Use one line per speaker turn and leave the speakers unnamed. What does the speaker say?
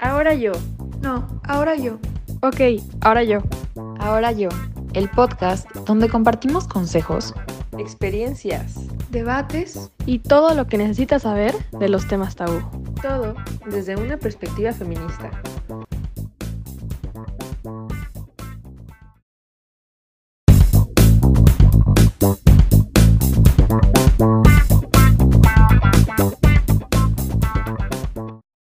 Ahora yo.
No, ahora yo.
Ok, ahora yo.
Ahora yo, el podcast donde compartimos consejos,
experiencias,
Debates,
Y todo lo que necesitas saber de los temas tabú.
todo desde una perspectiva feminista.